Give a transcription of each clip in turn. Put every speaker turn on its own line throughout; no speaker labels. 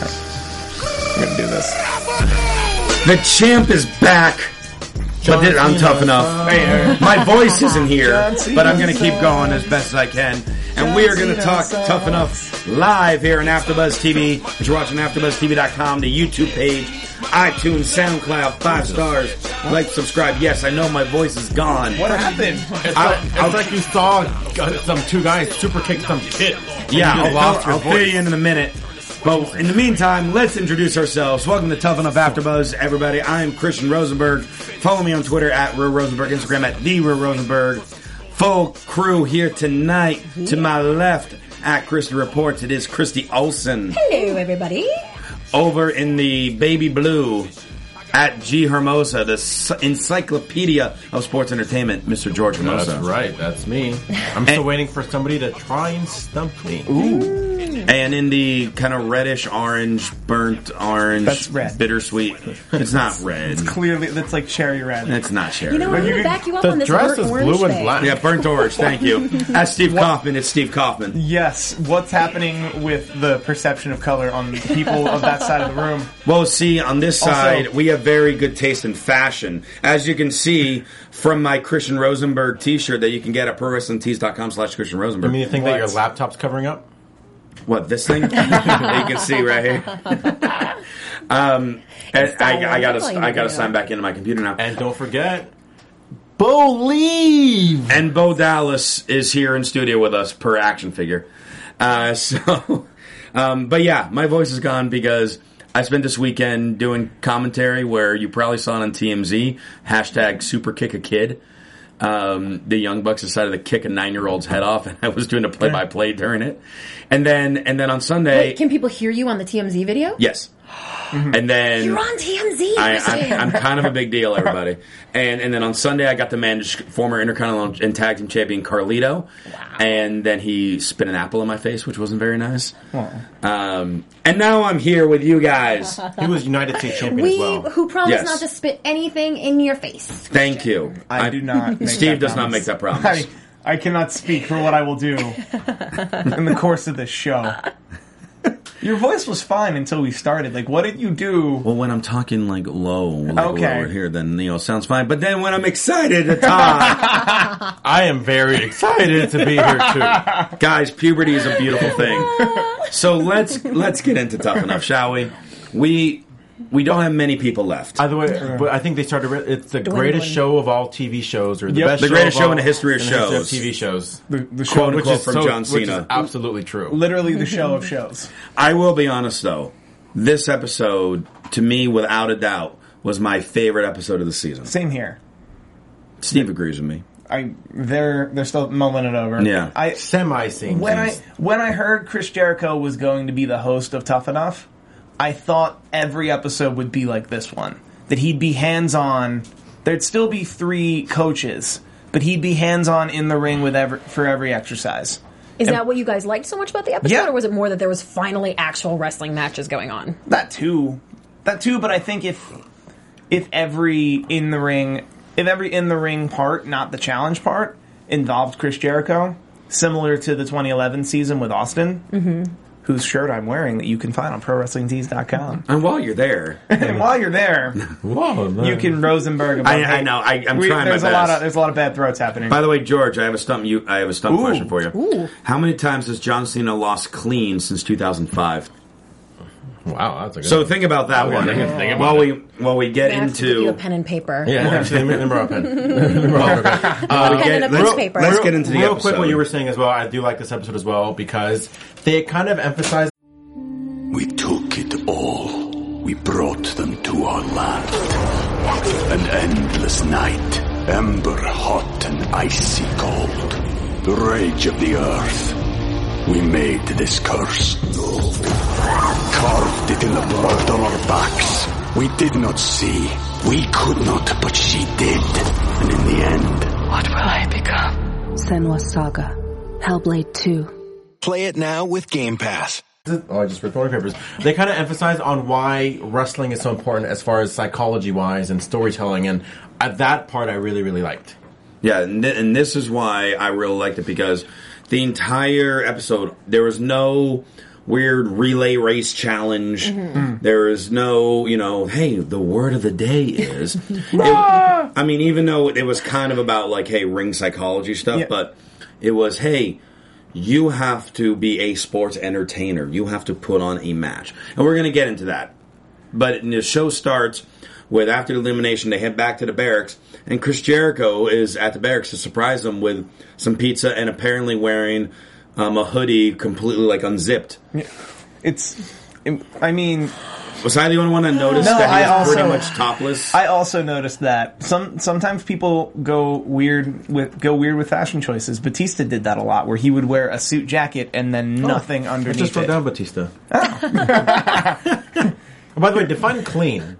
I'm gonna do this. The champ is back. but it- I'm tough enough. My voice isn't here, but I'm gonna keep going as best as I can. And we are gonna talk tough enough live here on AfterBuzz TV. But you're watching AfterBuzzTV.com, the YouTube page, iTunes, SoundCloud, five stars, like, subscribe. Yes, I know my voice is gone.
What happened? It's,
I'll-
like, it's
I'll-
like you saw uh, some two guys super kick some kid.
Yeah,
You
I'll,
lost your
I'll, fill
voice.
you in in a minute. But in the meantime, let's introduce ourselves. Welcome to Tough Enough AfterBuzz, everybody. I am Christian Rosenberg. Follow me on Twitter at Real Rosenberg, Instagram at the Real Rosenberg. Full crew here tonight. To my left, at Christy Reports, it is Christy Olsen.
Hello, everybody.
Over in the baby blue, at G Hermosa, the s- encyclopedia of sports entertainment, Mr. George Hermosa.
That's right. That's me. I'm still waiting for somebody to try and stump me.
Ooh. And in the kind of reddish orange, burnt orange,
That's red.
bittersweet. It's not red. It's
Clearly, that's like cherry red.
It's not cherry.
You know what,
red.
I'm gonna back you up The on this dress burnt is orange blue and thing. black.
Yeah, burnt orange. Thank you. That's Steve Kaufman. It's Steve Kaufman.
Yes, what's happening with the perception of color on people of that side of the room?
Well, see, on this
Also-
side, we have very good taste in fashion. As you can see from my Christian Rosenberg t-shirt that you can get at prowrestlingtees.com slash Christian Rosenberg.
I mean, you think that your laptop's covering up?
What, this thing? that you can see right here. um, and I, I gotta,
definitely
I
video.
gotta sign back into my computer now.
And don't forget,
Bo leave. And Bo Dallas is here in studio with us per action figure. Uh, so, um, but yeah, my voice is gone because I spent this weekend doing commentary where you probably saw it on TMZ hashtag Super Kick a Kid. Um, the Young Bucks decided to kick a nine year old's head off, and I was doing a play by play during it. And then, and then on Sunday,
Wait, can people hear you on the TMZ video?
yes. And then
You're on TMZ.
I,
Christian.
I'm, I'm kind of a big deal, everybody. And and then on Sunday, I got to manage former Intercontinental and Tag Team Champion Carlito, and then he spit an apple in my face, which wasn't very nice. Um, and now I'm here with you guys.
He was United States champion
we who promise
Yes.
not to spit anything in your face.
Thank you.
I, do not. Make
Steve
that
does not
promise.
make that promise.
I, I cannot speak for what I will do in the course of this show. Your voice was fine until we started. Like, what did you do?
Well, when I'm talking like low, like
Okay.
lower here, then you know, it sounds fine. But then when I'm excited at times, I am very excited
to be here, too.
guys. Puberty is a beautiful thing. So let's let's get into tough enough, shall we? We we don't have many people left.
By the way, but I think they started. re- It's the
Dwindling.
greatest show of all TV shows, or the
Yep.
best,
The greatest
of
show
all-
in the history of shows.
TV shows.
The, the
show- Quote, unquote, from John Cena.
absolutely true.
Literally the show of shows.
I will be honest though, this episode to me, without a doubt, was my favorite episode of the season.
Same here.
Steve agrees with me.
I they're they're still mulling it over.
Yeah.
I
semi sing.
when I when I heard Chris Jericho was going to be the host of Tough Enough, I thought every episode would be like this one. That he'd be hands on. There'd still be three coaches, but he'd be hands on in the ring with every, for every exercise.
Is
And
that what you guys liked so much about the episode,
Yeah.
or was it more that there was finally actual wrestling matches going on?
That too. That too, but I think if if every in the ring if every in the ring part, not the challenge part, involved Chris Jericho, similar to the 2011 season with Austin,
Mm-hmm.
whose shirt I'm wearing that you can find on prowrestlingtees.com.
And while you're there,
and while you're there, you can Rosenberg. about-
I, I know. I, I'm
We-
trying
There's
my
a lot
best.
of there's a lot of bad throats happening.
By the way, George, I have a stump. You, I have a stump
Ooh.
question for you.
Ooh.
How many times has John Cena lost clean since 2005?
Wow, that's a good
So
one.
think about
Oh,
that
Okay,
one.
I can think about
while
it.
we while we get
I have to give you a
into
pen and paper.
Uh,
pen and a piece
real-
of paper.
real-
Let's get into the
real quick.
episode.
What you were saying as well, I do like this episode as well because they kind of emphasize
We took it all. We brought them to our land. An endless night, ember hot and icy cold. The rage of the earth. We made this curse. Carved it in the blood on our backs. We did not see. We could not, but she did. And in the end,
What will I become? Senwa Saga. Hellblade 2.
Play it now with Game Pass.
Oh, I just ripped one of my papers. They kind of emphasize on why wrestling is so important as far as psychology wise and storytelling, and uh, that part I really, really liked.
yeah, and, th- and this is why I really liked it because the entire episode there was no weird relay race challenge.
Mhm.
Mm. There is no you know, hey, the word of the day is.
Ah!
I mean, even though it was kind of about like, hey, ring psychology stuff, but it was, hey, you have to be a sports entertainer. You have to put on a match, and we're going to get into that. But the show starts with after the elimination, they head back to the barracks, and Chris Jericho is at the barracks to surprise them with some pizza and apparently wearing um, a hoodie completely like unzipped.
It's, I mean,
was I the only one that noticed
No,
that he
I
was pretty
also-
much topless?
I also noticed that some sometimes people go weird with go weird with fashion choices. Batista did that a lot, where he would wear a suit jacket and then nothing
I
underneath
Oh, just wrote
it.
down Batista. By the way, define clean.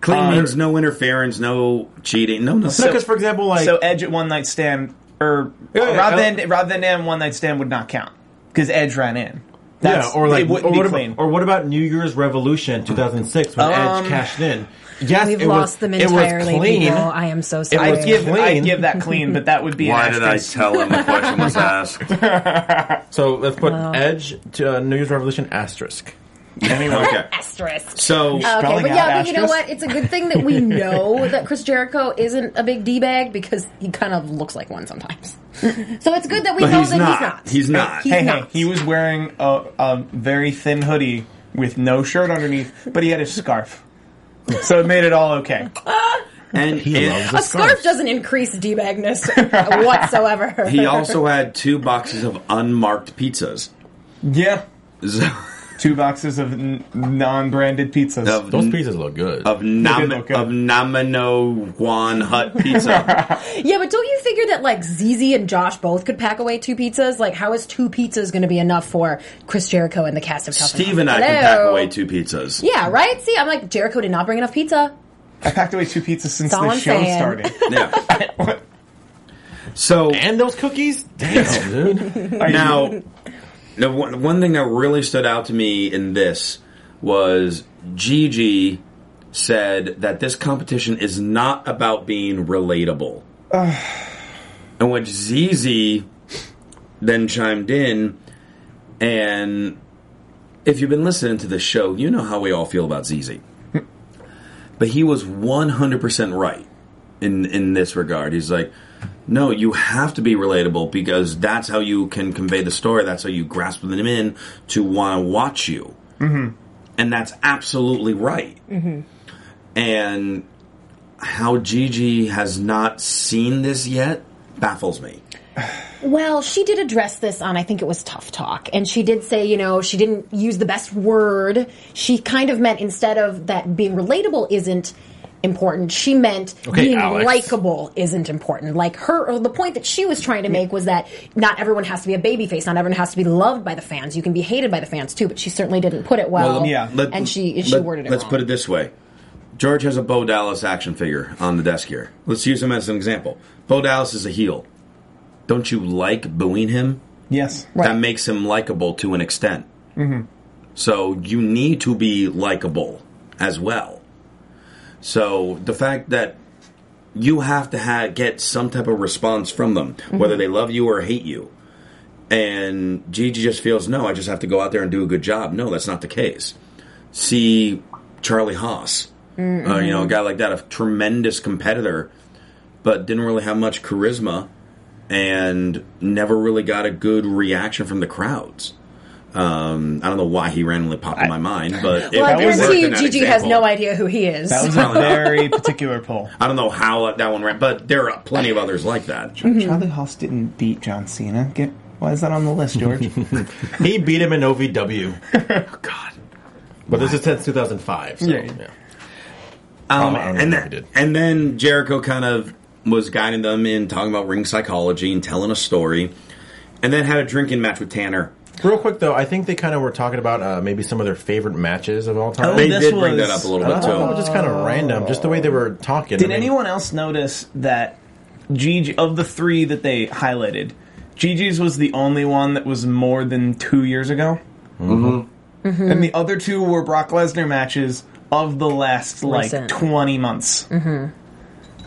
Clean
Uh,
means no interference, no cheating, no nothing.
for example, like
so Edge at one night stand or
Yeah, yeah,
Rob
I-
Van Rob Van Dam one night stand would not count because Edge ran in.
yeah, or
it
like, or
wouldn't
what,
be clean.
about, or what about New Year's Revolution 2006 when
Um,
Edge cashed in? Yes,
We've
it
lost
was,
them
it was
entirely,
clean.
people. I am so sorry.
was clean.
I'd give that clean, but that would be.
Why
an
did I
asterisk.
tell him the question was asked?
So let's put
Wow.
Edge to uh, New Year's Revolution asterisk.
okay.
Asterisk.
So
Okay, but yeah, but you know what? It's a good thing that we know that Chris Jericho isn't a big d bag because he kind of looks like one sometimes. So it's good that we know that he's not. He's
hey,
not.
hey, he was wearing a, a very thin hoodie with no shirt underneath, but he had a scarf, so it made it all okay.
And he
A scarf doesn't increase d-bagness whatsoever.
He also had two boxes of unmarked pizzas.
Yeah.
So-
Two boxes of n- non-branded pizzas.
Those
pizzas look good.
Of, nom- of Namino Guan Hut pizza.
Yeah, but don't you figure that like ZZ and Josh both could pack away two pizzas? Like, how is two pizzas going to be enough for Chris Jericho and the cast of Tough
Steve and I
Enough?
can
Hello?
pack away two pizzas.
Yeah, right. See, I'm like Jericho did not bring enough pizza.
I packed away two pizzas since
That's all
the
I'm
show
saying.
started.
Yeah. so
and those cookies, damn, dude.
now, the one, one thing that really stood out to me in this was Gigi said that this competition is not about being relatable. in which ZZ then chimed in, and if you've been listening to the show, you know how we all feel about ZZ. but he was 100% right in in this regard. He's like, no, you have to be relatable because that's how you can convey the story. That's how you grasp them in to want to watch you,
Mm-hmm.
and that's absolutely right
Mm-hmm.
and how Gigi has not seen this yet baffles me.
Well, she did address this on, I think it was Tough Talk, and she did say, you know, she didn't use the best word. She kind of meant instead of that being relatable isn't, important. She meant
Okay,
being
Alex.
likable isn't important. Like her, or the point that she was trying to make was that not everyone has to be a baby face. Not everyone has to be loved by the fans. You can be hated by the fans too. But she certainly didn't put it well. and she she
let-
worded it.
Let's
wrong.
put it this way: George has a Bo Dallas action figure on the desk here. Let's use him as an example. Bo Dallas is a heel. Don't you like booing him?
Yes,
that makes him likable to an extent.
Mm-hmm.
So you need to be likable as well. So the fact that you have to ha- get some type of response from them, whether they love you or hate you. And Gigi just feels, no, I just have to go out there and do a good job. No, that's not the case. See Charlie Haas, uh, you know, a guy like that, a tremendous competitor, but didn't really have much charisma and never really got a good reaction from the crowds. Um, I don't know why he randomly popped in my mind, but it
well, I
worked
guarantee
in that
Gigi has
example.
no idea who he is.
That was a very
particular poll.
I don't know how that one ran, but there are plenty of others like that. Um,
Charlie Haas didn't beat John Cena. Get why is that on the list, George?
he beat him in OVW. oh God! But this is since 2005. So,
Yeah.
yeah.
Um,
Oh, I don't
and
know if
then and then Jericho kind of was guiding them in talking about ring psychology and telling a story, and then had a drinking match with Tanner.
Real quick though, I think they kind of were talking about uh, maybe some of their favorite matches of all time.
Oh, They this did bring was- that up a little bit,
Oh,
too.
Just kind of random, just the way they were talking.
Did
I mean,
anyone else notice that Gigi of the three that they highlighted, Gigi's was the only one that was more than two years ago?
Mhm.
Mm-hmm.
Mhm.
And the other two were Brock Lesnar matches of the last like
Recent.
twenty months.
hmm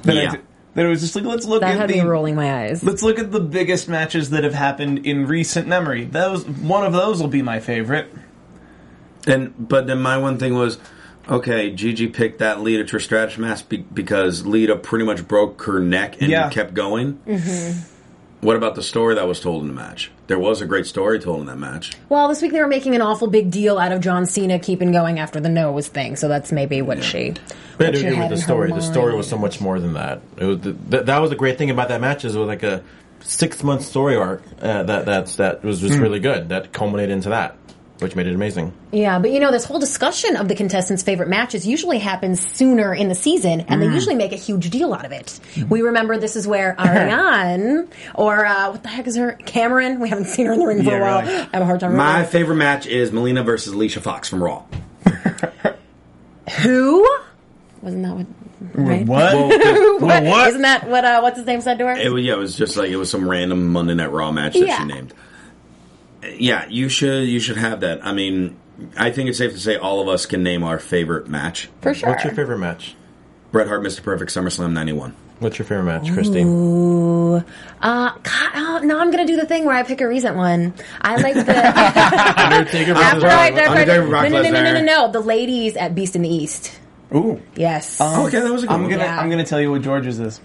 That I
Yeah.
d- that it was just like let's look
That
at
had
the
me rolling my eyes.
Let's look at the biggest matches that have happened in recent memory. Those one of those will be my favorite.
And but then my one thing was, okay, Gigi picked that Lita Trish Stratus match be- because Lita pretty much broke her neck and
Yeah.
kept going.
Mm-hmm.
What about the story that was told in the match? There was a great story told in that match.
Well, this week they were making an awful big deal out of John Cena keeping going after the nose thing, so that's maybe what she.
They had
what
to
she
do
had
with
in
the
her
story. The
mind.
story was so much more than that. It was the, th- that was the great thing about that match is it was like a six month story arc uh, that that's that was just
Hmm.
really good. That culminated into that, which made it amazing.
Yeah, but you know, this whole discussion of the contestants' favorite matches usually happens sooner in the season, and they
Mm.
usually make a huge deal out of it. We remember this is where Ariane, or uh, what the heck is her? Cameron? We haven't seen her in the ring for
Yeah,
a while.
really.
I have a hard time
My
remembering.
favorite match is Melina versus Alicia Fox from Raw.
Who? Wasn't that what? Right?
What? Well,
Who?
well, what?
Isn't that what, uh, what's his name said to her?
It was, yeah, it was just like it was some random Monday Night Raw match that
Yeah.
she named. Yeah, you should you should have that. I mean, I think it's safe to say all of us can name our favorite match.
For sure. What's your
favorite match?
Bret Hart, Mr. Perfect, SummerSlam '91.
What's your favorite match,
Ooh. Uh, God, oh, no, I'm going to do the thing where I pick a recent one. I like the.
Undertaker
after I, after I- no, no, no, no, no, no,
Lesnar.
no. The ladies at Beast in the East.
Ooh.
Yes.
okay, that was
a
a
good
Um, I'm
one.
Gonna,
Yeah.
I'm going to tell you what George's is.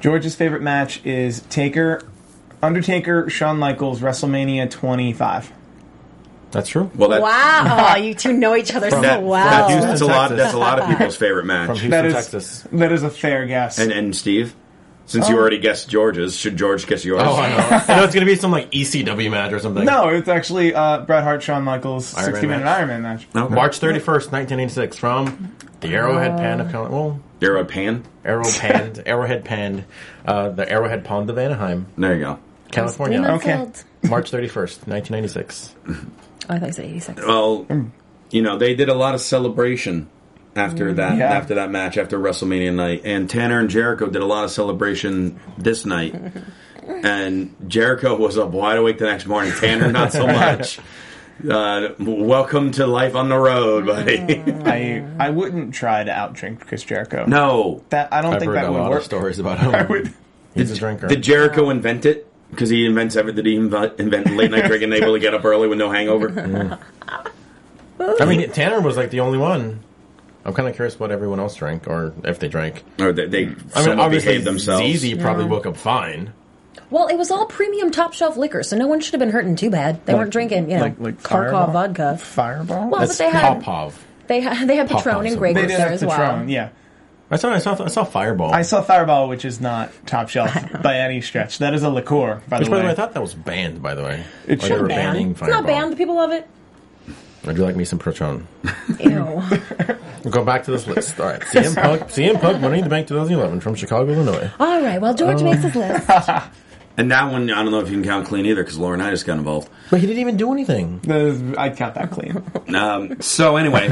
George's favorite match is Taker, Undertaker, Shawn Michaels, WrestleMania
Oh,
25.
That's true.
Well, that,
wow, Oh, you two know each other so
that-
well.
that's, that's a lot. That's a lot of people's favorite match.
From Houston, That is- Texas. that is a fair guess.
And and Steve, since you
Oh.
already guessed George's, should George guess yours?
Oh, I know. I know it's gonna be some like ECW match or something.
No, it's actually uh, Bret Hart, Shawn Michaels,
Iron Man
60 minute
match.
Iron Man match.
March 31st, 1986, from the Arrowhead Pan of Cal- well,
Arrowhead Pan,
Arrowhead Pan, Arrowhead Pan, uh, the Arrowhead Pond of Anaheim.
There you go,
California.
Three months Okay. old.
March 31st, 1996.
Oh, I thought you said 86.
Well, you know they did a lot of celebration after
Mm.
that
Yeah.
after that match after WrestleMania night, and Tanner and Jericho did a lot of celebration this night, and Jericho was up wide awake the next morning. Tanner not so much. Uh, welcome to life on the road, buddy.
I I wouldn't try to outdrink Chris Jericho.
No,
That I don't
I've
think
heard
that
a
would
lot of
work.
stories about him. He's a drinker.
Did Jericho invent it? Because he invents everything. Did he invent, invent late night drinking, able to get up early with no hangover?
I mean, Tanner was like the only one. I'm kind of curious what everyone else drank or if they drank.
Or they, they
I mean,
somewhat
obviously
behaved themselves.
ZZ probably
Yeah.
woke up fine.
Well, it was all premium top shelf liquor, so no one should have been hurting too bad. They
Like-
weren't drinking, you know,
like- like
Kharkov
Fireball?
vodka.
Fireball?
Well,
That's
but they had,
Popov.
they had they had
Popov
Patron and
something.
Grey
They
Goose
did
there
have
as
Patron,
well.
yeah.
I saw, I saw, I saw Fireball.
I saw Fireball, which is not top shelf by any stretch. That is a liqueur, by
Which,
the
by the
way.
way, I thought that was banned. By the way,
It
Or they
should
were
be.
banning
It's not
Fireball.
banned. The people love it.
I do like me some Proton.
Ew.
We'll go back to this list. All right. CM Punk, CM Punk, Money in the Bank 2011 from Chicago, Illinois.
All right. Well, George
Um.
makes his list.
And that one, I don't know if you can count clean either because Lauren I just got involved.
But he didn't even do anything.
I count that clean.
Um, so anyway,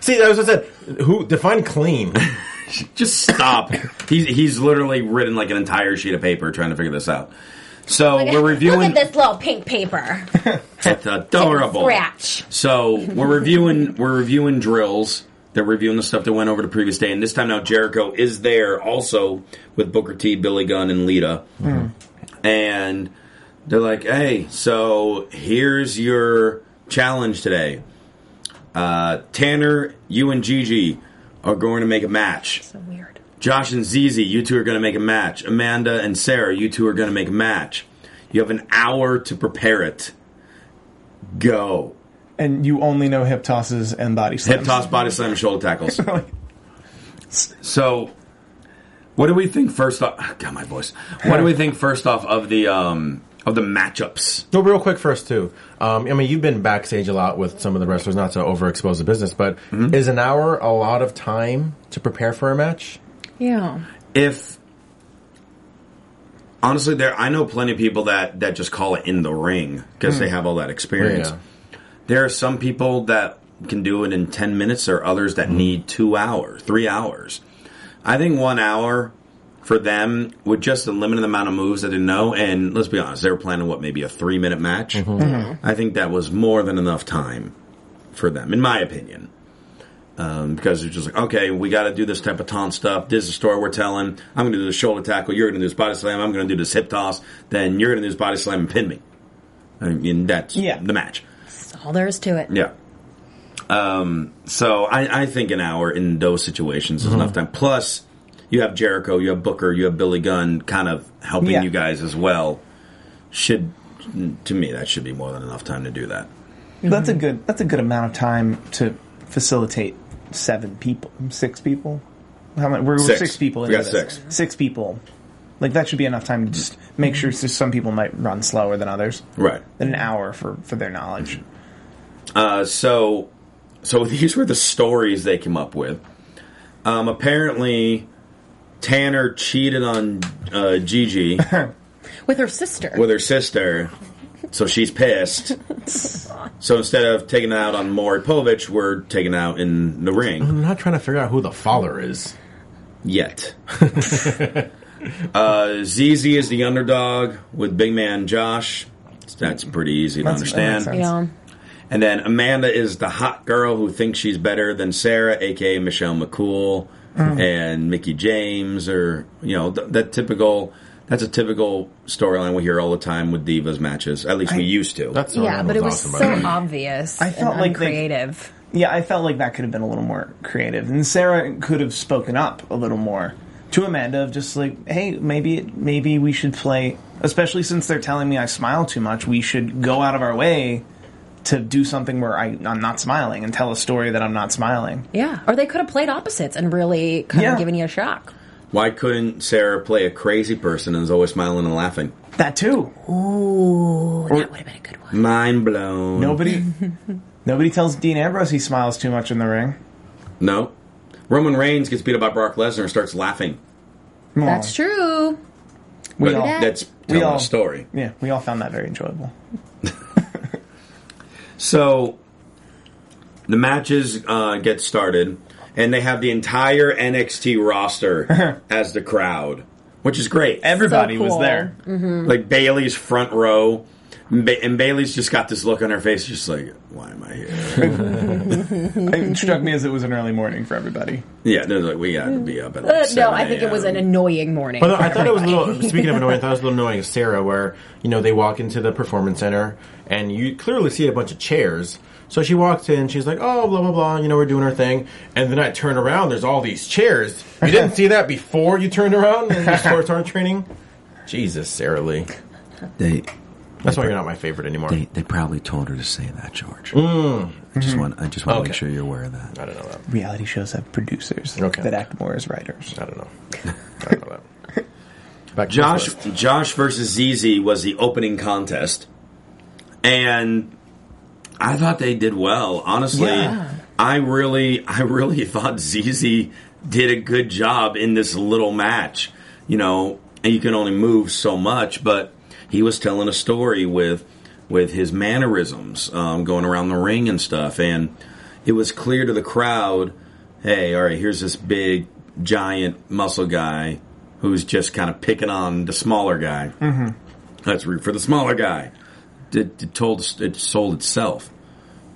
See, that was what I said. Who define clean?
just stop. He's he's literally written like an entire sheet of paper trying to figure this out. So we're
Look
reviewing. Oh,
at this little pink paper.
It's adorable.
Scratch.
So we're reviewing we're reviewing drills. They're reviewing the stuff that went over the previous day, and this time now Jericho is there also with Booker T, Billy Gunn, and Lita, and they're like, "Hey, so here's your challenge today. Uh, Tanner, you and Gigi are going to make a match. So weird. Josh and Zizi, you two are going to make a match. Amanda and Sarah, you two are going to make a match. You have an hour to prepare it. Go."
And you only know hip tosses and body slams.
Hip toss, body slam, and shoulder tackles. so, what do we think first off? ah, God, my voice. What do we think first off of the um of the matchups?
No, real quick first too. Um, I mean, you've been backstage a lot with some of the wrestlers, not to overexpose the business, but
Mm-hmm.
is an hour a lot of time to prepare for a match?
Yeah.
If honestly, there I know plenty of people that that just call it in the ring because they
Hmm.
have all that experience. There are some people that can do it in ten minutes, or others that need two hours, three hours. I think one hour for them with just the limited amount of moves that they know, and let's be honest, they were planning what maybe a three minute match.
Mhm.
I think that was more than enough time for them, in my opinion. Um, because it's just like, okay, we got to do this type of taunt stuff. This is the story we're telling. I'm going to do this shoulder tackle. You're going to do this body slam. I'm going to do this hip toss. Then you're going to do this body slam and pin me. And, and that's the match.
That's all there is to it.
Yeah. Um, so I, I think an hour in those situations is
Mm-hmm.
enough time. Plus, you have Jericho, you have Booker, you have Billy Gunn kind of helping
Yeah.
you guys as well. Should, to me, that should be more than enough time to do that.
That's a good. That's a good amount of time to facilitate seven people, six people. How many? We're, we're
Six.
six. people.
We
into
got
this. Six people. Like that should be enough time to just make sure. So some people might run slower than others.
Right.
Than an hour for for their knowledge.
Uh, so, so these were the stories they came up with. Um, apparently, Tanner cheated on uh, Gigi
With her sister.
with her sister, so she's pissed. So instead of taking it out on Maury Povich, we're taking it out in the ring.
I'm not trying to figure out who the father is.
yet. uh, ZZ is the underdog with Big Man Josh. That's pretty easy to
That's- that makes
understand.
sense.
And then Amanda is the hot girl who thinks she's better than Sarah, aka Michelle McCool,
Mm.
and Mickey James, or you know th- that typical. That's a typical storyline we hear all the time with divas matches. At least we used to. That's
yeah, but it was so obvious. I
felt
felt
like
like
they-
creative.
Yeah, I felt like that could have been a little more creative, and Sarah could have spoken up a little more to Amanda of just like, hey, maybe it, maybe we should play. Especially since they're telling me I smile too much, we should go out of our way to do something where I, I'm not smiling and tell a story that I'm not smiling.
Yeah. Or they could have played opposites and really kind
Yeah.
of given you a shock.
Why couldn't Sarah play a crazy person and is always smiling and laughing?
That too.
Ooh,
that would
have been a good
one. Mind blown.
Nobody, nobody tells Dean Ambrose he smiles too much in the ring.
No. Roman Reigns gets beat up by Brock Lesnar and starts laughing.
That's true.
But
We all-
that's
we
telling
all-
a story.
Yeah, we all found that very enjoyable.
So the matches uh, get started, and they have the entire NXT roster as the crowd, which is great.
Everybody So was cool. there. Mhm.
Like Bailey's front row, and, ba- and Bailey's just got this look on her face, just like, why am I here?
it struck me as it was an early morning for everybody.
yeah, they're like, we got to be up at like
Uh, no,
7
I think it was
a.m..
an annoying morning.
But I thought it was a
everybody.
little. Speaking of annoying, I thought it was a little annoying of Sarah, where you know they walk into the performance center and you clearly see a bunch of chairs. So she walks in, she's like, "Oh, blah blah blah," you know, we're doing our thing. And then I turn around, there's all these chairs. You didn't see that before you turned around and sports aren't training. Jesus, Sarah Lee.
They.
That's why you're not my favorite anymore. They,
they probably told her to say that, George.
Mm.
I just
Mhm.
want. I just want to
Okay.
make sure you're aware of that.
I don't know that.
Reality shows have producers that act more as writers.
I don't know.
Josh Josh versus ZZ was the opening contest, and I thought they did well, honestly.
Yeah.
I really, I really thought ZZ did a good job in this little match. You know, and you can only move so much, but he was telling a story with with his mannerisms, um, going around the ring and stuff, and it was clear to the crowd, hey, all right, here's this big, giant muscle guy who's just kind of picking on the smaller guy.
Mm-hmm.
Let's root for the smaller guy. It, it told it sold itself,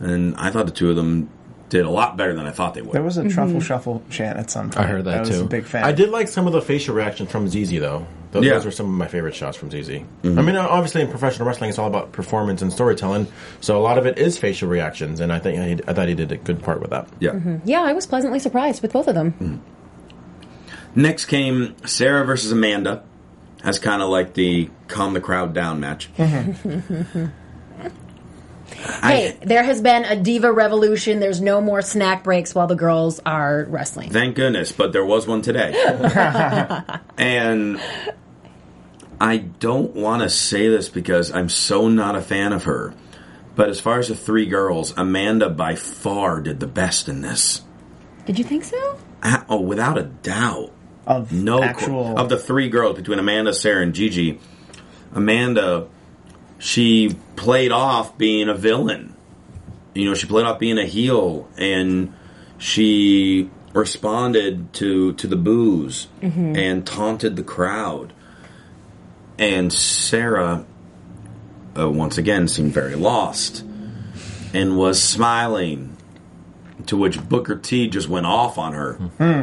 and I thought the two of them did a lot better than I thought they would.
There was a
Mm-hmm.
Mhm.
truffle shuffle chant at some point.
I heard that
I was
too.
a big fan.
I did like some of the facial reaction from ZZ though. Those,
Yeah.
those were some of my favorite shots from ZZ.
Mhm.
I mean, obviously in professional wrestling, it's all about performance and storytelling. So a lot of it is facial reactions, and I think I, I thought he did a good part with that.
Yeah. Mm.
Mhm. Yeah, I was pleasantly surprised with both of them.
Next came Sarah versus Amanda, as kind of like the calm the crowd down match.
Hey, there has been a diva revolution. There's no more snack breaks while the girls are wrestling.
Thank goodness, but there was one today. and I don't want to say this because I'm so not a fan of her. But as far as the three girls, Amanda by far did the best in this.
Did you think so?
Ah, Oh, without a doubt.
Of
no
actual-
qu- of the three girls between Amanda, Sarah, and Gigi, Amanda, she played off being a villain. You know, she played off being a heel, and she responded to to the booze
Mm-hmm.
Mhm.
and taunted the crowd. And Sarah, uh, once again, seemed very lost and was smiling. To which Booker T just went off on her,
Hmm.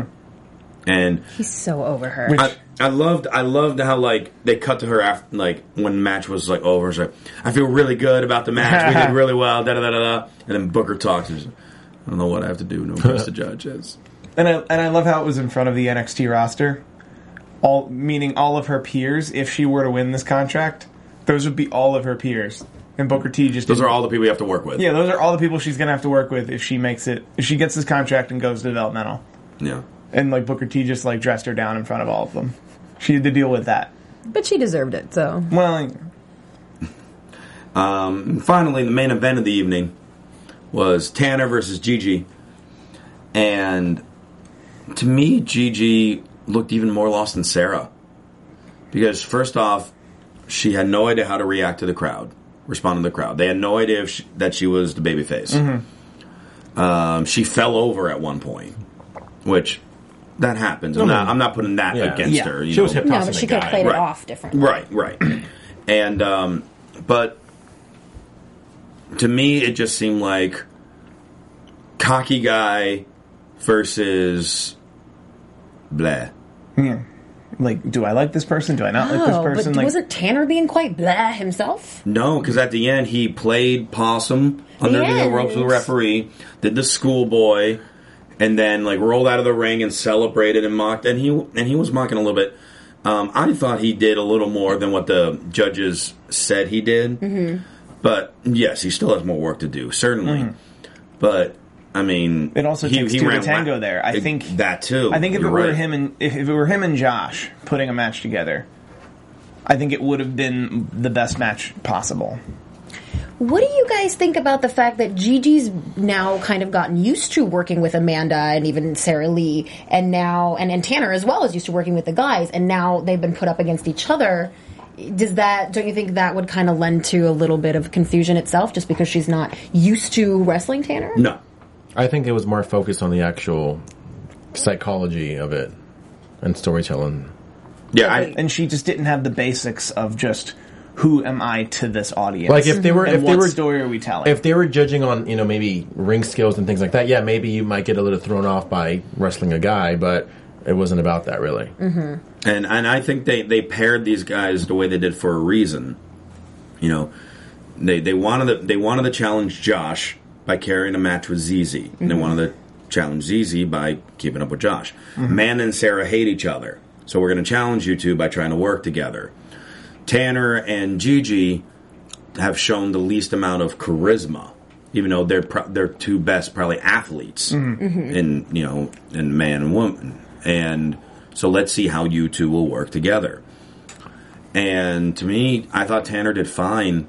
and
He's so over her.
I, I loved I loved how like they cut to her after like when the match was like over. She's like, I feel really good about the match. We did really well. Da da da da. da." And then Booker talks. And she's like, I don't know what I have to do. No press the judge is.
And I and I love how it was in front of the NXT roster, all meaning all of her peers. If she were to win this contract, those would be all of her peers. And Booker T just
Those
didn't-
are all the people you have to work with.
yeah, those are all the people she's gonna have to work with if she makes it. If she gets this contract and goes developmental,
Yeah.
and like Booker T just like dressed her down in front of all of them. She had to deal with that.
But she deserved it, so.
Well,
Um, and finally, the main event of the evening was Tanner versus Gigi, and to me, Gigi looked even more lost than Sarah because first off, she had no idea how to react to the crowd, respond to the crowd. They had no idea if she, that she was the babyface.
Mm-hmm.
Um, she fell over at one point, which that happens. I'm
No,
not,
no.
I'm not putting that
Yeah.
against
Yeah.
her.
She was hip-tossing
No, but she the could have guy. played it off differently.
Right, right. And um, but to me, it just seemed like cocky guy versus blah.
yeah. Like, do I like this person? Do I not like this
Oh,
person?
but
like,
wasn't Tanner being quite blah himself?
No, because at the end he played possum under
The
the,
end.
ropes with the referee, did the schoolboy, and then like rolled out of the ring and celebrated and mocked. And he and he was mocking a little bit. Um, I thought he did a little more than what the judges said he did.
Mm-hmm.
But yes, he still has more work to do, certainly. But I mean,
Mm-hmm. It also takes two to tango there. I
think that too.
I think if it
You're
were
right.
him and if, if it were him and Josh putting a match together, I think it would have been the best match possible.
What do you guys think about the fact that Gigi's now kind of gotten used to working with Amanda and even Sarah Lee and now and, and Tanner as well is used to working with the guys and now they've been put up against each other. Does that don't you think that would kind of lend to a little bit of confusion itself just because she's not used to wrestling Tanner?
No.
I think it was more focused on the actual psychology of it and storytelling.
Yeah,
and she just didn't have the basics of just who am I to this audience?
Like if they were,
and
if
what
they were,
story are we telling?
If they were judging on, you know, maybe ring skills and things like that, yeah, maybe you might get a little thrown off by wrestling a guy, but it wasn't about that really.
Mm.
Mm-hmm. And and I think they they paired these guys the way they did for a reason. You know, they they wanted to, they wanted to challenge Josh by carrying a match with ZZ, and they
Mhm.
wanted to challenge ZZ by keeping up with Josh.
Mhm.
Man and Sarah hate each other, so we're going to challenge you two by trying to work together. Tanner and Gigi have shown the least amount of charisma, even though they're pro- they're two best probably athletes
Mhm. Mhm.
in you know in man and woman, and so let's see how you two will work together. And to me, I thought Tanner did fine.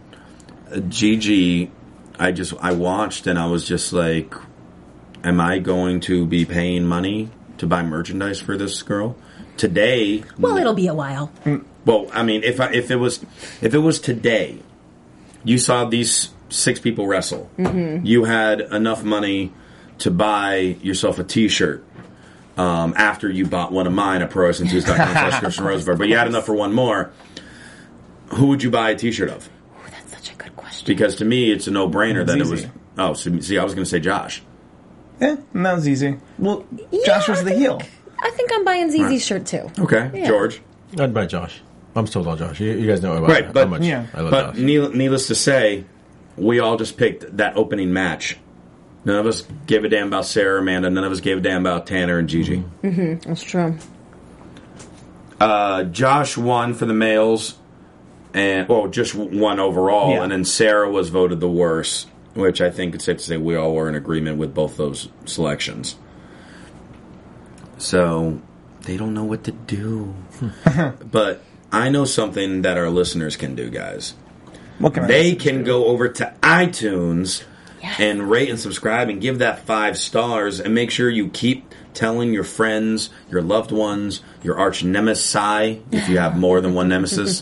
Uh, Gigi I just I watched and I was just like, am I going to be paying money to buy merchandise for this girl today?
Well, it'll be a while.
Mm, Well, I mean, if I, if it was if it was today, you saw these six people wrestle.
Mm-hmm.
Mhm.
You had enough money to buy yourself a T-shirt. Um, after you bought one of mine at ProWrestlingTees.com slash Christian Rosenberg, but you had enough for one more. Who would you buy a T-shirt of? Because to me, it's a no-brainer
It's
that it
easy.
was. Oh, so, see, I was going to say Josh.
Yeah, and that was easy. Well, Josh was the heel.
I think I'm buying ZZ's
Right.
shirt too.
Yeah.
Yeah.
I'd buy Josh. I'm sold on Josh. You, you guys know about
right, but
how much I love
but
Josh.
needle- needless to say, we all just picked that opening match. None of us gave a damn about Sarah, Amanda. None of us gave a damn about Tanner and Gigi.
hmm That's true.
Uh, Josh won for the males, and well, just one overall,
Yeah.
and then Sarah was voted the worst, which I think it's safe to say we all were in agreement with both those selections. So they don't know what to do, but I know something that our listeners can do, guys.
What can I
they can go over to iTunes and rate and subscribe and give that five stars and make sure you keep telling your friends, your loved ones, your arch nemesis, if you have more than one nemesis.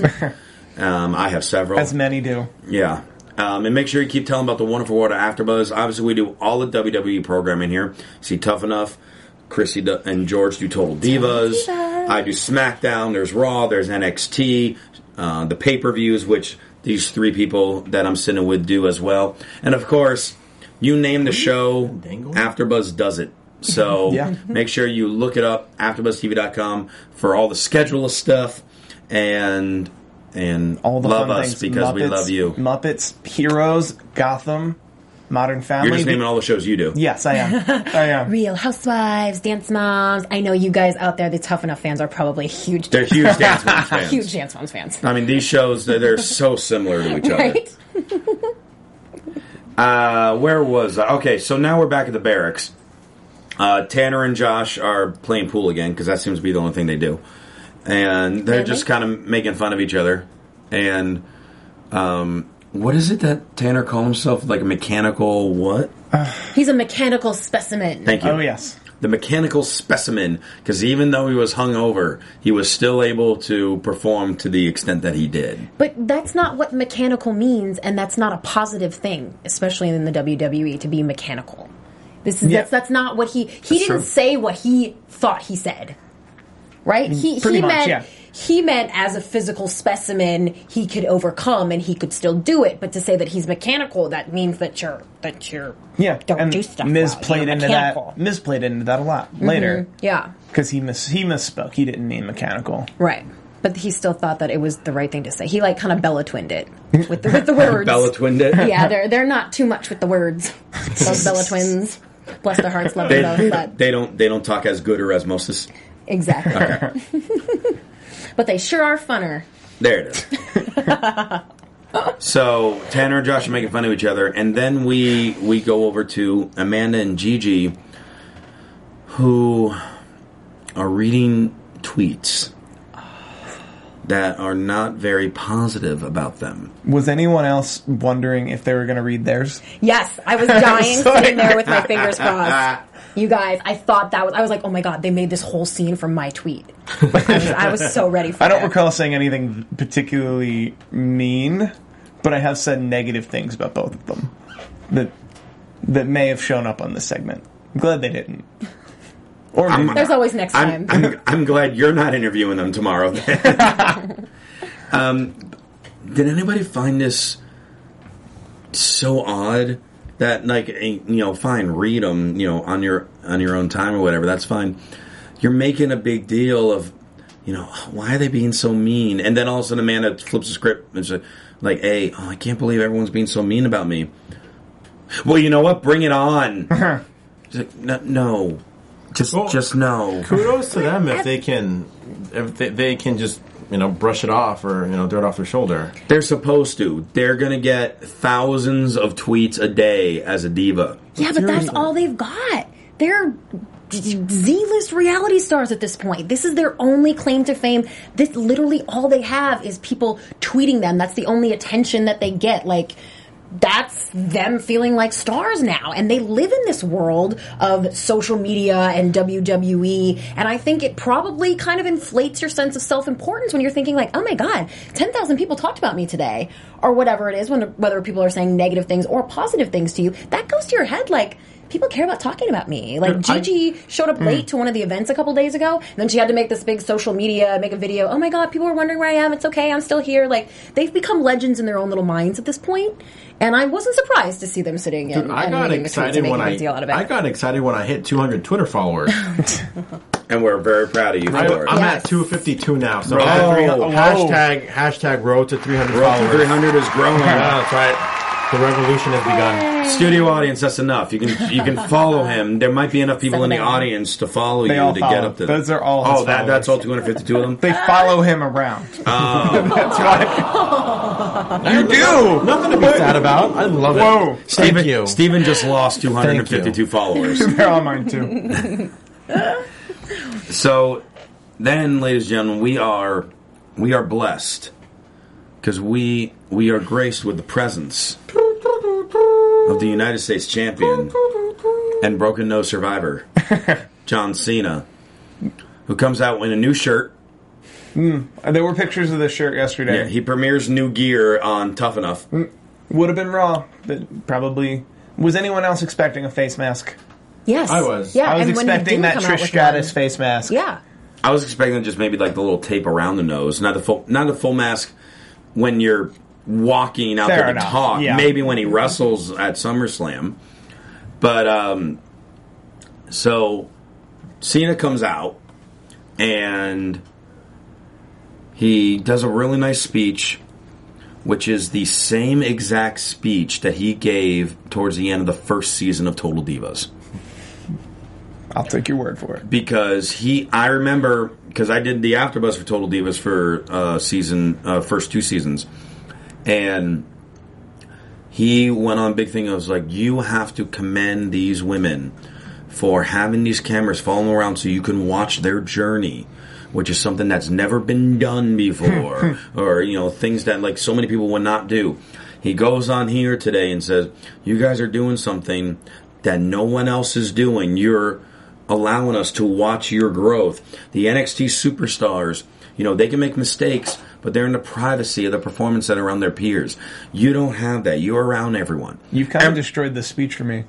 um, I have several.
As many do.
Yeah. Um, and make sure you keep telling about the wonderful world of AfterBuzz. Obviously, we do all the WWE programming here. See Tough Enough, Chrissy do- and George do Total Divas. I do SmackDown. There's Raw. There's NXT. Uh, the pay per views, which these three people that I'm sitting with do as well. And of course, you name the show, AfterBuzz does it. So
Yeah.
make sure you look it up, AfterBuzzTV.com, for all the schedule of stuff and and
All the
love
fun
us
things.
because we
Muppets-
love you.
Muppets, Heroes, Gotham, Modern Family.
You're just naming all the shows you do.
Yes, I am. I am.
Real Housewives, Dance Moms. I know you guys out there, the Tough Enough fans, are probably huge.
They're huge Dance Moms fans.
huge Dance Moms fans.
I mean, these shows they're, they're so similar to each
Right?
other. Uh, where was I? Okay, so now we're back at the barracks. Uh, Tanner and Josh are playing pool again because that seems to be the only thing they do, and they're
Really?
just kind of making fun of each other. And um, what is it that Tanner called himself? Like a mechanical what?
He's a mechanical specimen.
Thank you.
Oh,
yes. The mechanical specimen, because even though he was hungover, he was still able to perform to the extent that he did.
But that's not what mechanical means, and that's not a positive thing, especially in the WWE, to be mechanical. This is
Yeah.
that's, that's not what he he didn't
true.
say what he thought he said. Right? He
Mm, Pretty
he
much,
meant
yeah.
he meant as a physical specimen he could overcome and he could still do it, but to say that he's mechanical, that means that you're that you're
Yeah, don't and
do stuff
Miz
well,
played
you're
into
mechanical.
that. Miz played into that a lot later
Mhm. Yeah.
because he mis- he misspoke. He didn't mean mechanical.
Right. But he still thought that it was the right thing to say. He like kind of Bella twinned it with the, with the words.
Bella twinned it.
yeah, they're they're not too much with the words. Those Bella twins, bless their hearts, love
they,
them both, but
they don't they don't talk as good or osmosis.
exactly.
Okay.
But they sure are funner.
there it is. so Tanner and Josh are making fun of each other, and then we we go over to Amanda and Gigi, who are reading tweets that are not very positive about them.
Was anyone else wondering if they were going to read theirs?
Yes, I was dying
Sorry.
sitting there with my fingers
Ah,
crossed. You guys, I thought that was. I was like, oh my god, they made this whole scene from my tweet. I was, I was so ready for.
I don't
it.
recall saying anything particularly mean, but I have said negative things about both of them that that may have shown up on this segment. I'm glad they didn't. Or maybe-
There's always next
I'm,
time.
I'm, I'm glad you're not interviewing them tomorrow. then. um, did anybody find this so odd that like eh, you know, fine, read them, you know, on your on your own time or whatever. That's fine. You're making a big deal of you know why are they being so mean, and then all of a sudden Amanda flips the script and she's like, "Hey, oh, I can't believe everyone's being so mean about me." Well, you know what? Bring it on. She's like, no, no. just just no.
Kudos to them if they can, if they, they can just you know brush it off or you know do it off their shoulder.
They're supposed to. They're gonna get thousands of tweets a day as a diva.
Yeah, but that's all they've got. They're Z-list reality stars at this point. This is their only claim to fame. This literally all they have is people tweeting them. That's the only attention that they get. Like that's them feeling like stars now. And they live in this world of social media and WWE. And I think it probably kind of inflates your sense of self importance when you're thinking, like, oh my God, 10,000 people talked about me today, or whatever it is, when, whether people are saying negative things or positive things to you. That goes to your head like, people care about talking about me. Like
Dude, I-
Gigi showed up
Mm.
late to one of the events a couple days ago, and then she had to make this big social media, make a video. Oh my god, people are wondering where I am. It's okay, I'm still here. Like they've become legends in their own little minds at this point, and I wasn't surprised to see them sitting in.
Dude, I
and
got
reading the tweets and
excited
making
when
a big
I
deal out of it.
I got excited when I hit 200 Twitter followers.
and we're very proud of you.
I,
for it.
am at 252 now. So
Road to
Oh,
300.
hashtag hashtag road to 300
Road to
followers.
300 is growing.
Yeah, that's right. The revolution has begun.
Studio audience, that's enough. You can you can follow him. There might be enough people in the
Settle down.
audience to follow
They
you
all
to
follow.
get up to.
Those are all
Oh,
his
that, that's all 252 of them. They
Ah!
follow him around.
Oh,
you do nothing to be sad about. I love
Whoa.
it. Thank
Steven,
you.
Steven just lost 252 followers.
They're on mine too.
So then, ladies and gentlemen, we are we are blessed because we we are graced with the presence of the United States champion and broken nose survivor, John Cena, who comes out in a new shirt.
Mm. There were pictures of this shirt yesterday.
Yeah, he premieres new gear on Tough Enough.
Would have been Raw, but probably. Was anyone else expecting a face mask?
Yes. Yeah,
I was
and when he
expecting
didn't
that
come out
Trish
with
Stratus face mask.
Yeah.
I was expecting just maybe like the little tape around the nose, not the full, not the full mask when you're walking out
Fair
there to
enough,
talk.
yeah.
Maybe when he wrestles at SummerSlam, but um, so Cena comes out and he does a really nice speech, which is the same exact speech that he gave towards the end of the first season of Total Divas
I'll take your word for it.
because he I remember because I did the afterbus for Total Divas for uh, season uh, first two seasons, and he went on a big thing. I was like, you have to commend these women for having these cameras follow them around so you can watch their journey. Which is something that's never been done before, or you know, things that like so many people would not do. He goes on here today and says, "You guys are doing something that no one else is doing. You're allowing us to watch your growth. The NXT superstars, you know, they can make mistakes, but they're in the privacy of the performance center around their peers. You don't have that. You're around everyone.
You've kind of destroyed this speech for me.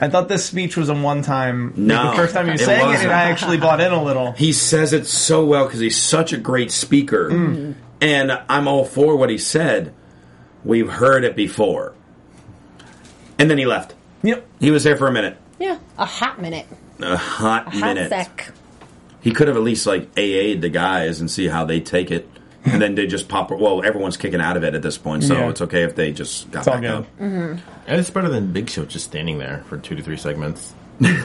I thought this speech was a one time.
No,
the first time you were
it
saying it,
wasn't.
and I actually bought in a little.
He says it so well because he's such a great speaker,
Mm.
and I'm all for what he said. We've heard it before, and then he left.
Yep,
he was there for a minute,
Yeah, a hot minute,
a hot,
a hot
minute.
sec.
He could have at least like AA'd the guys and see how they take it. And then they just pop. Well, everyone's kicking out of it at this point, so
Yeah.
it's okay if they just got
It's all
back
good.
up.
And it's better than Big Show just standing there for two to three segments,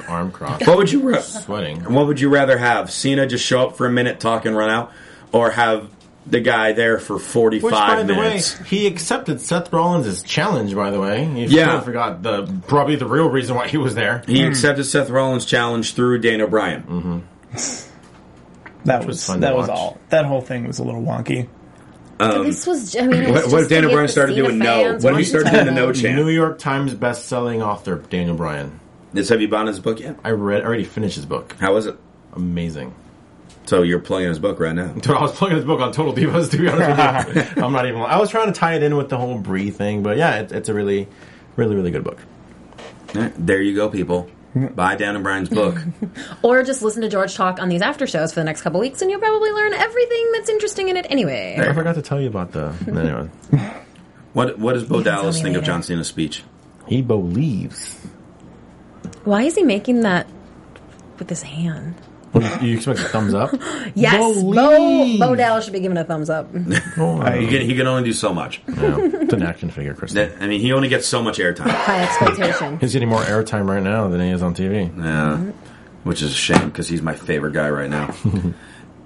arm crossed.
What would you ra-
sweating?
What would you rather have? Cena just show up for a minute, talk and run out, or have the guy there for forty
Which, by
five
the way,
minutes?
he accepted Seth Rollins' challenge. By the way, you
Yeah.
totally forgot the probably the real reason why he was there.
He accepted Seth Rollins' challenge through Daniel Bryan. Mm-hmm.
That
Which was
was
fun to
that was
watch.
all. That whole thing was a little wonky.
this was. I mean, it was
Um, what- what if
just to
Daniel
get
Bryan
the
started
Cena
doing no?
fans
What if he
wanting
started
to-
doing the no chant?
New York Times best-selling author Daniel Bryan.
This have you bought his book yet?
I read. I already finished his book.
How was it?
Amazing.
So you're plugging his book right now.
Dude, I was plugging his book on Total Divas. To be honest with you, I'm not even. I was trying to tie it in with the whole Brie thing, but yeah, it, it's a really, really, really good book.
There you go, people. Buy Daniel Bryan's book.
Or just listen to George talk on these after shows for the next couple weeks, and you'll probably learn everything that's interesting in it anyway.
I forgot to tell you about the. Anyway,
what What does Bo
You can tell
Dallas
me
think of
later.
John Cena's speech?
He believes.
Why is he making that with his hand?
What, you expect a thumbs up?
Yes, Bo, Bo Dallas should be given a thumbs up.
He can, he can only do so much.
Uh, it's an action figure, Chris.
That- I mean, he only gets so much airtime.
High expectation.
He's getting more airtime right now than he is on TV.
Yeah, which is a shame because he's my favorite guy right now.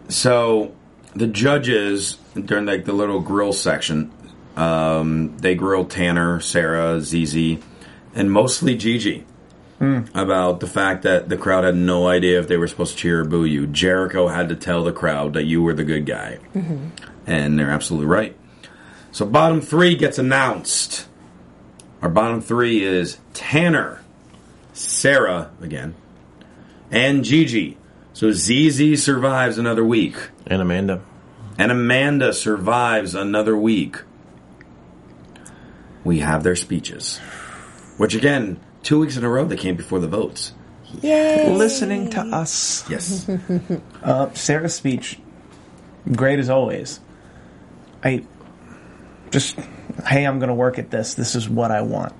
so the judges during like the little grill section, um, they grilled Tanner, Sarah, Zizi, and mostly Gigi about the fact that the crowd had no idea if they were supposed to cheer or boo you. Jericho had to tell the crowd that you were the good guy, and they're absolutely right. So bottom three gets announced. Our bottom three is Tanner, Sarah again, and Gigi. So ZZ survives another week.
And Amanda.
And Amanda survives another week. We have their speeches. Which again, two weeks in a row they came before the votes.
Yay. Listening to us.
Yes.
Uh, Sarah's speech, great as always. I just, hey, I'm going to work at this. This is what I want.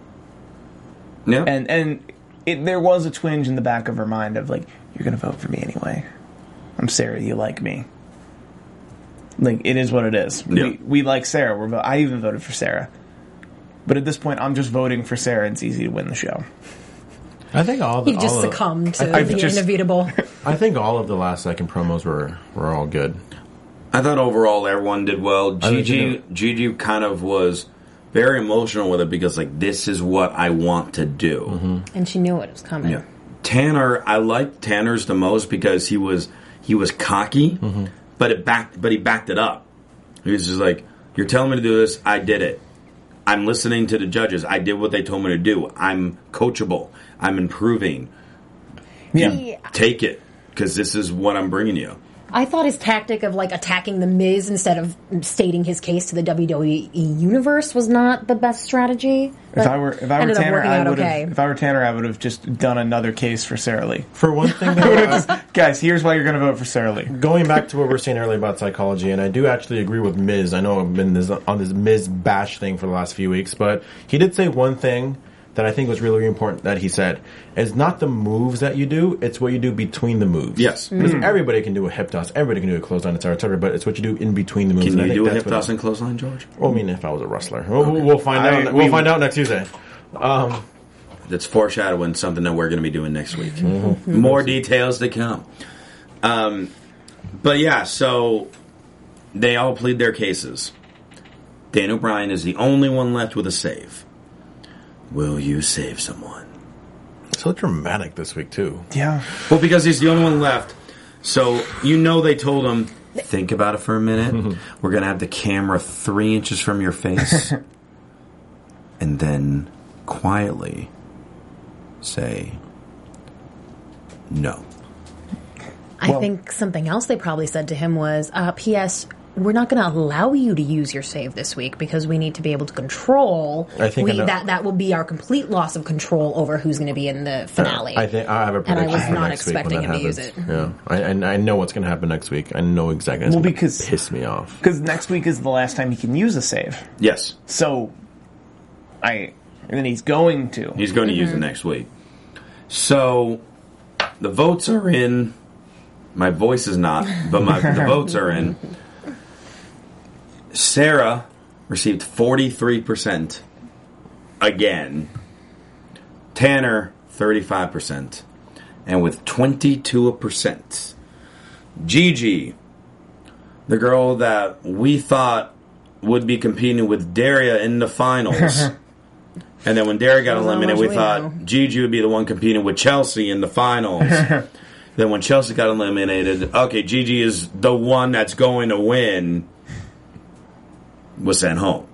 Yeah.
And and it, there was a twinge in the back of her mind of like, you're going to vote for me anyway. I'm Sarah. You like me. Like it is what it is.
Yeah.
We, we like Sarah. We're vo- I even voted for Sarah. But at this point, I'm just voting for Sarah. It's easy to win the show.
I think all the
He just
all of-
succumbed to
I- I've
the
just-
inevitable.
I think all of the last second promos were were all good.
I thought overall everyone did well.
I think you
Gigi Gigi kind of was very emotional with it because like this is what I want to do.
and she knew what was coming.
Yeah. Tanner, I liked Tanner's the most because he was he was cocky,
Mm-hmm.
but it backed but he backed it up. He was just like, "You're telling me to do this. I did it. I'm listening to the judges. I did what they told me to do. I'm coachable. I'm improving.
Yeah,
Take it because this is what I'm bringing you."
I thought his tactic of like attacking the Miz instead of stating his case to the WWE universe was not the best strategy.
if
but
I were if I were
ended up
Tanner,
working
I
out
would have.
okay.
If I were Tanner, I would have just done another case for Sarah Lee.
For one thing, uh,
guys, here's why you're going to vote for Sarah Lee.
Going back to what we were saying earlier about psychology, and I do actually agree with Miz. I know I've been this, on this Miz bash thing for the last few weeks, but he did say one thing that I think was really, really important that he said. It's not the moves that you do, it's what you do between the moves.
Yes.
Because
Mm.
everybody can do a hip toss, everybody can do a clothesline, etc., etc., but it's what you do in between the moves.
Can
and I
you
think
do a
that's
hip
what-
toss and clothesline, George?
Well, I mean, if I was a wrestler. We'll, we'll find
I-
out. we'll
we-
find out next Tuesday. Um,
That's foreshadowing something that we're going to be doing next week. More details to come. Um, but yeah, so they all plead their cases. Dan O'Brien is the only one left with a save. Will you save someone?
So dramatic this week too.
Yeah.
Well, because he's the only one left, so you know they told him. Think about it for a minute. We're gonna have the camera three inches from your face, and then quietly say no.
I think something else they probably said to him was, uh, "P.S. We're not going to allow you to use your save this week because we need to be able to control.
I think I
we,
know-
that that will be our complete loss of control over who's going to be in the finale.
I think I have a
And I
prediction.
was
for
not
next week when
expecting
that
him to use
happens. Yeah, I, and I know what's going to happen next week. I know exactly. It's
Well,
gonna
because-
piss me off.
Because next week is the last time he can use a save.
Yes,
So, I and then he's going to.
he's going to use
Mm-hmm.
it next week. So the votes are in. My voice is not, but my the votes are in. Sarah received forty three percent again. Tanner thirty five percent, and with twenty two percent, Gigi, the girl that we thought would be competing with Daria in the finals. And then when Derek got
Well, how
eliminated, we
much we
thought
know.
Gigi would be the one competing with Chelsea in the finals. then when Chelsea got eliminated, okay, Gigi is the one that's going to win. Was sent home,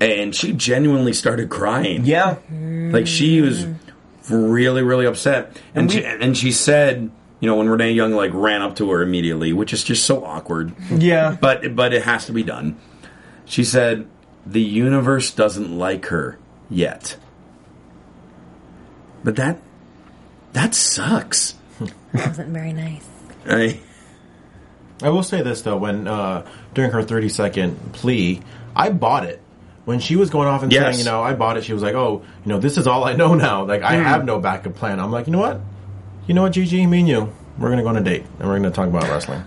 and she genuinely started crying.
Yeah, Mm.
like she was really, really upset, and she, and she said, you know, when Renee Young like ran up to her immediately, which is just so awkward.
Yeah.
But but it has to be done. She said the universe doesn't like her yet. But that that sucks.
that wasn't very nice.
I
I will say this though, when uh, during her thirty second plea, I bought it. When she was going off and
Yes.
saying, you know, I bought it. She was like, oh, you know, this is all I know now. Like I
Mm.
have no backup plan. I'm like, you know what? You know what, Gigi, me and you, we're gonna go on a date and we're gonna talk about wrestling.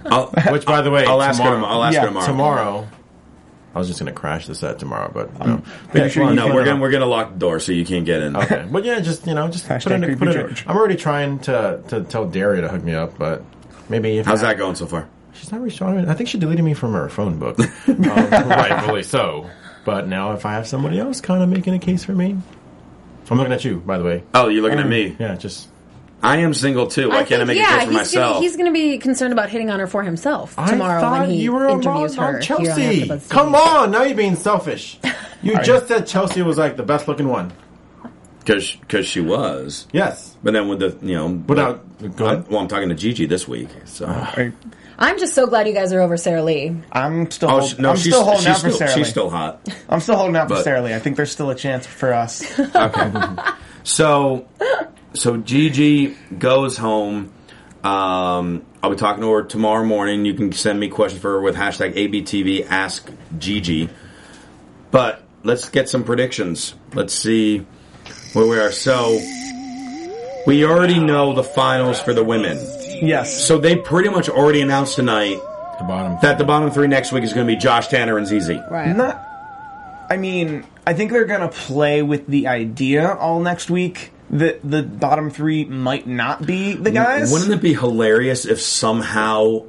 Which, by the way,
I'll ask her
tomorrow-
tom- I'll ask her
yeah,
tomorrow.
Tomorrow. I was just gonna crash this at tomorrow, but you
Mm.
know.
Yeah,
But yeah,
no,
well,
we're gonna we're gonna lock the door so you can't get in.
Okay. But yeah, just you know, just put in,
creepy
put in.
George.
I'm already trying to to tell Daria to hook me up, but maybe if
How's that going so far?
She's not responding. I think she deleted me from her phone book, um, rightfully so. But now, if I have somebody else kind of making a case for me, I'm looking at you, by the way.
Oh, you're looking at me.
Yeah, just
I am single too. Why can't I make a case for
he's
myself?
Gonna, he's going to be concerned about hitting on her for himself
I
tomorrow
thought
when he
you were
interviews
on
her. here on
Chelsea.
AfterBuzz TV.
Come on, now you're being selfish. You
Alright.
just said Chelsea was like the best looking one.
because she was
yes.
But then with the you know, but go ahead. well, I'm talking to Gigi this week, so
I'm just so glad you guys are over Sarah Lee.
I'm still.
Oh,
hold-
she- no,
I'm
she's-
still holding
she's
out for
still-
Sarah.
she's
Lee.
still hot.
I'm still holding out for
But-
Sarah Lee. I think there's still a chance for us.
So, so Gigi goes home. Um, I'll be talking to her tomorrow morning. You can send me questions for her with hashtag ABTV Ask Gigi. But let's get some predictions. Let's see where we are. So, we already know the finals for the women.
Yes.
So they pretty much already announced tonight that the bottom three next week is going to be Josh Tanner and ZZ.
Right. Not. I mean, I think they're gonna play with the idea all next week that the bottom three might not be the guys.
Wouldn't it be hilarious if somehow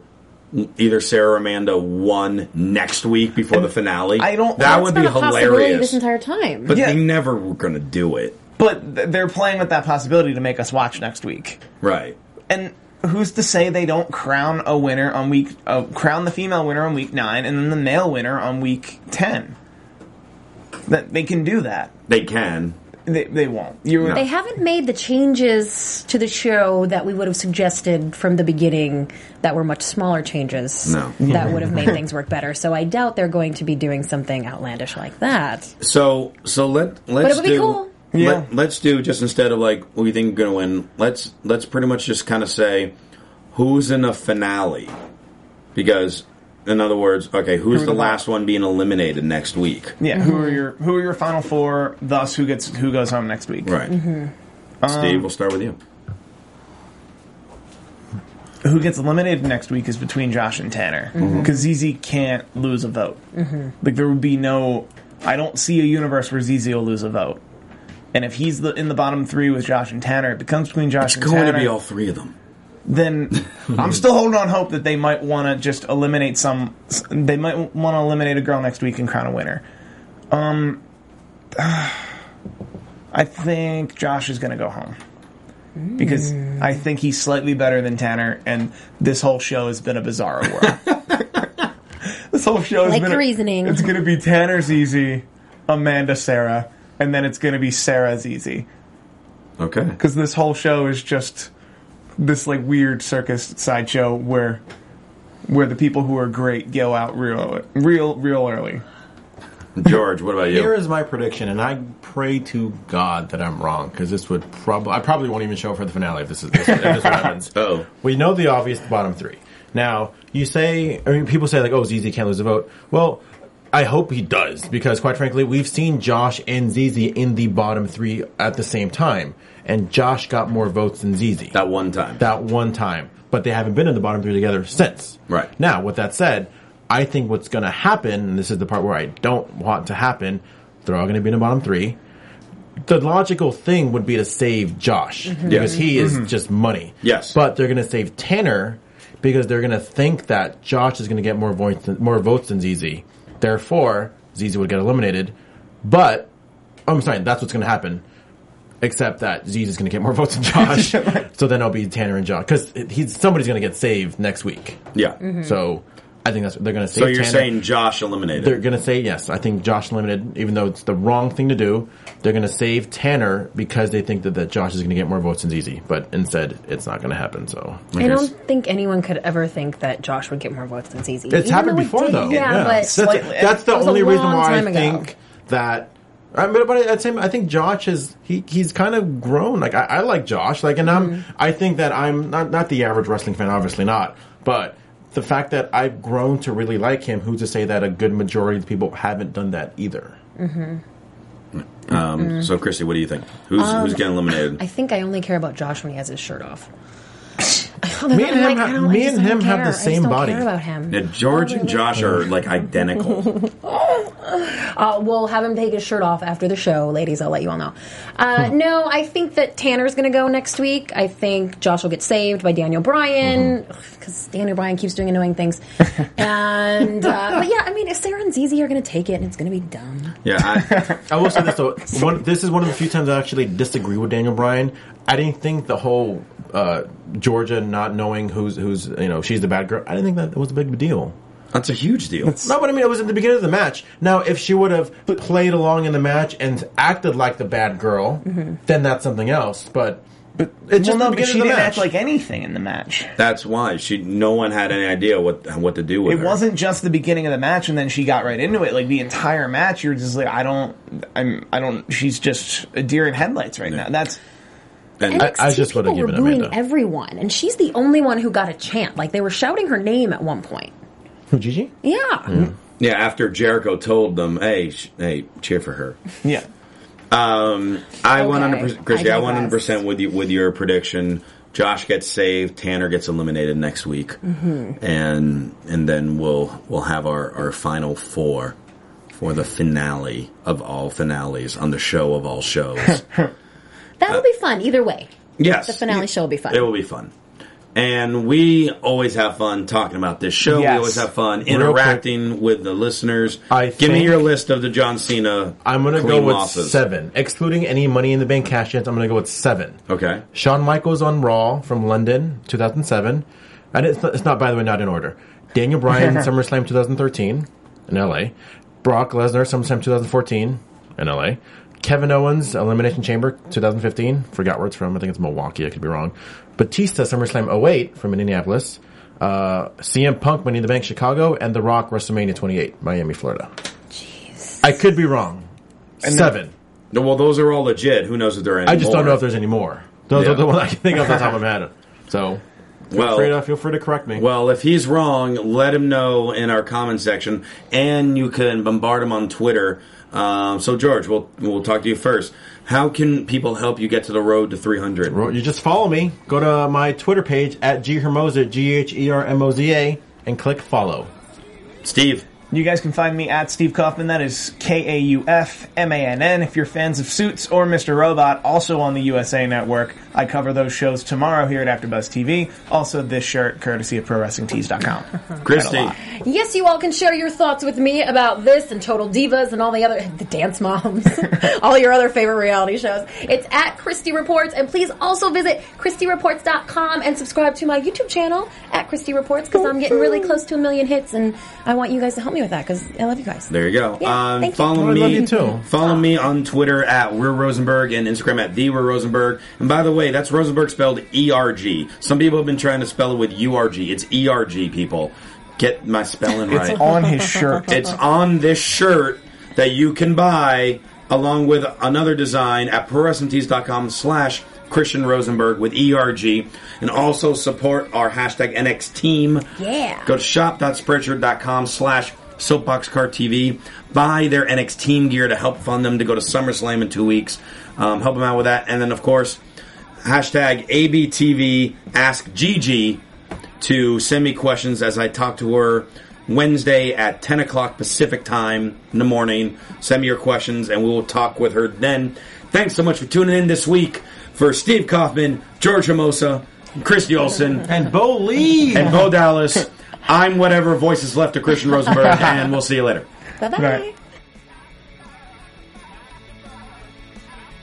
either Sarah or Amanda won next week before the finale? I don't. That
That's
would
been
be
a possibility
hilarious.
this entire time.
But they never were going to do it,
But th- they're playing with that possibility to make us watch next week.
right?
And who's to say they don't crown a winner on week, uh, crown the female winner on week nine, and then the male winner on week ten? That they can do that.
They can.
They, they won't. You're
They haven't made the changes to the show that we would have suggested from the beginning that were much smaller changes
No.
that would have made things work better. So I doubt they're going to be doing something outlandish like that.
So so let
But
let's
it would be
do.
cool.
Yeah. Let, us do just instead of like what you think you're going to win. Let's let's pretty much just kind of say who's in the finale, because in other words, okay, who's
Who are
the
the-
last one being eliminated next week?
Yeah, who are your who are your final four? Thus, who gets who goes home next week?
Right. Um, Steve, we'll start with you.
Who gets eliminated next week is between Josh and Tanner
Mhm.
because ZZ can't lose a vote.
Mhm.
Like there would be no. I don't see a universe where ZZ will lose a vote. And if he's the, in the bottom three with Josh and Tanner, it becomes between Josh
It's
and
going
Tanner.
to be all three of them.
then I'm still holding on hope that they might want to just eliminate some. They might want to eliminate a girl next week and crown a winner. Um, I think Josh is going to go home because I think he's slightly better than Tanner, and this whole show has been a bizarre world. this whole show has
Like
been
the
a-
reasoning.
It's going to be Tanner's e- easy, Amanda Sarah, and then it's going to be Sarah's easy.
Okay.
Because this whole show is just this like weird circus sideshow where where the people who are great go out real real real early.
George, what about
Here is my prediction, and I pray to God that I'm wrong because this would probably I probably won't even show up for the finale if this is if this is what happens.
Oh,
we know the obvious bottom three. Now you say, I mean, people say like, "Oh, ZZ can't lose a vote." Well, I hope he does because, quite frankly, we've seen Josh and ZZ in the bottom three at the same time, and Josh got more votes than ZZ
that one time.
That one time, but they haven't been in the bottom three together since.
Right.
Now, with that said, I think what's going to happen, and this is the part where I don't want to happen, they're all going to be in the bottom three. The logical thing would be to save Josh
Mhm.
because he is
Mhm.
just money.
Yes.
But they're going to save Tanner because they're going to think that Josh is going to get more votes than, more votes than ZZ. Therefore, ZZ would get eliminated. But oh, I'm sorry, that's what's going to happen. Except that ZZ is going to get more votes than Josh, so then it'll be Tanner and Josh because he's somebody's going to get saved next week.
Yeah.
Mm.
So I think that's what they're going to say.
Mm-hmm. So you're
Tanner.
saying Josh eliminated?
They're going to say yes. I think Josh limited, even though it's the wrong thing to do. They're going to save Tanner because they think that, that Josh is going to get more votes than ZZ. But instead, it's not going to happen. So
I don't think anyone could ever think that Josh would get more votes than ZZ.
It's happened before, though.
Yeah, but
that's, that's the
It was a
only reason
long
why
time
I
ago.
think that. I mean, but I'd say I think Josh is he he's kind of grown. Like I, I like Josh. Like, and
Mm-hmm.
I'm I think that I'm not not the average wrestling fan, obviously not. But the fact that I've grown to really like him, who's to say that a good majority of people haven't done that either?
Mhm.
Um,
Mm.
So, Christy, what do you think? Who's
Um,
who's getting eliminated?
I think I only care about Josh when he has his shirt off.
Me and him, have, me and him have
I
the
just
same
don't
body.
care about him.
Yeah, George and Josh are like identical.
uh, we'll have him take his shirt off after the show, ladies. I'll let you all know. Uh, no, I think that Tanner's going to go next week. I think Josh will get saved by Daniel Bryan because Daniel Bryan keeps doing annoying things. and uh, but yeah, I mean, if Sarah and Zizi are going to take it, and it's going to be dumb.
Yeah,
I, I will say this though. One, this is one of the few times I actually disagree with Daniel Bryan. I didn't think the whole uh, Georgia not knowing who's who's you know she's the bad girl. I didn't think that was a big deal.
That's a huge deal.
No, but I mean, it was at the beginning of the match. Now, if she would have played along in the match and acted like the bad girl, then that's something else. But Mm-hmm. but it's just
well, no,
the
but
beginning
she
of the
didn't
match.
act like anything in the match.
That's why she. No one had any idea what what to do with
It
her.
wasn't just the beginning of the match, and then she got right into it. Like the entire match, you're just like, I don't, I'm, I don't. She's just a deer in headlights right now. That's
NXT people were booing everyone, and she's the only one who got a chant. Like they were shouting her name at one point.
Who, Gigi?
Yeah.
Yeah, after Jericho told them, "Hey, sh- hey, cheer for her."
Yeah.
Um, I one hundred percent, Christy.
I
I one hundred percent with you with your prediction. Josh gets saved. Tanner gets eliminated next week,
Mhm.
and and then we'll we'll have our our final four for the finale of all finales on the show of all shows.
That'll be fun either way.
yes,
The finale show will be fun.
It will be fun. And we always have fun talking about this show. We
Yes.
always have fun
Real
interacting with the listeners. I Give me
think-
your list of the John Cena.
I'm going to go
clean
with
losses.
seven, excluding any Money in the Bank cash ins. I'm going to go with seven.
Okay.
Shawn Michaels on Raw from London, 2007, and it's not, it's not by the way not in order. Daniel Bryan SummerSlam 2013 in LA. Brock Lesnar SummerSlam 2014 in LA. Kevin Owens Elimination Chamber 2015. Forgot where it's from. I think it's Milwaukee. I could be wrong. Batista SummerSlam 08 from Indianapolis. Uh, CM Punk Money in the Bank Chicago and The Rock WrestleMania 28 Miami Florida. Jeez. I could be wrong.
And
Seven.
No, well, those are all legit. Who knows if there are any?
I just don't
more.
know if there's any more. Those
Yeah.
are the ones I can think of off the top of my head. So, feel
Well-
free to, feel free to correct me.
Well, if he's wrong, let him know in our comment section, and you can bombard him on Twitter. Um, so, George, we'll we'll talk to you first. How can people help you get to the road to three hundred?
Well, You just follow me. Go to my Twitter page at ghermoza, G H E R M O Z A, and click follow.
Steve.
You guys can find me at Steve Kaufman. That is K A U F M A N N. If you're fans of Suits or Mr. Robot, also on the USA Network, I cover those shows tomorrow here at AfterBuzz TV. Also, this shirt, courtesy of ProWrestlingTees.com.
Christy.
Yes, you all can share your thoughts with me about this and Total Divas and all the other, the Dance Moms, all your other favorite reality shows. It's at Christy Reports, and please also visit ChristyReports.com and subscribe to my YouTube channel at Christy Reports because I'm getting really close to a million hits, and I want you guys to help me with that because I love you guys.
There you go.
Yeah,
um,
thank you.
follow
Oh, I
me.
love you too.
Follow me on Twitter at We're Rosenberg and Instagram at The We're Rosenberg. And by the way, that's Rosenberg spelled E R G. Some people have been trying to spell it with U R G. It's E R G. People, get my spelling
It's
right.
on his shirt.
It's on this shirt that you can buy along with another design at ProWrestlingTees.com slash Christian Rosenberg with ERG and also support our hashtag NX team.
Yeah.
Go to shop.spreadshirt.com slash soapboxcar TV. Buy their NX team gear to help fund them to go to SummerSlam in two weeks. Um, help them out with that. And then, of course, hashtag ABTV Ask Gigi to send me questions as I talk to her Wednesday at 10 o'clock Pacific time in the morning. Send me your questions and we will talk with her then. Thanks so much for tuning in this week for Steve Kaufman, George Hermosa, Christy Olsen, and
Bo Lee,
and Bo Dallas. I'm whatever voice is left of Christian Rosenberg, and we'll see you later.
Bye bye.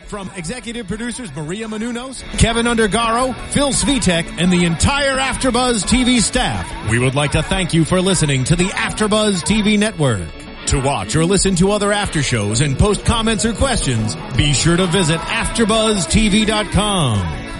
From executive producers Maria Manunos, Kevin Undergaro, Phil Svitek, and the entire Afterbuzz TV staff, we would like to thank you for listening to the Afterbuzz TV network. To watch or listen to other after shows and post comments or questions, be sure to visit AfterbuzzTV.com.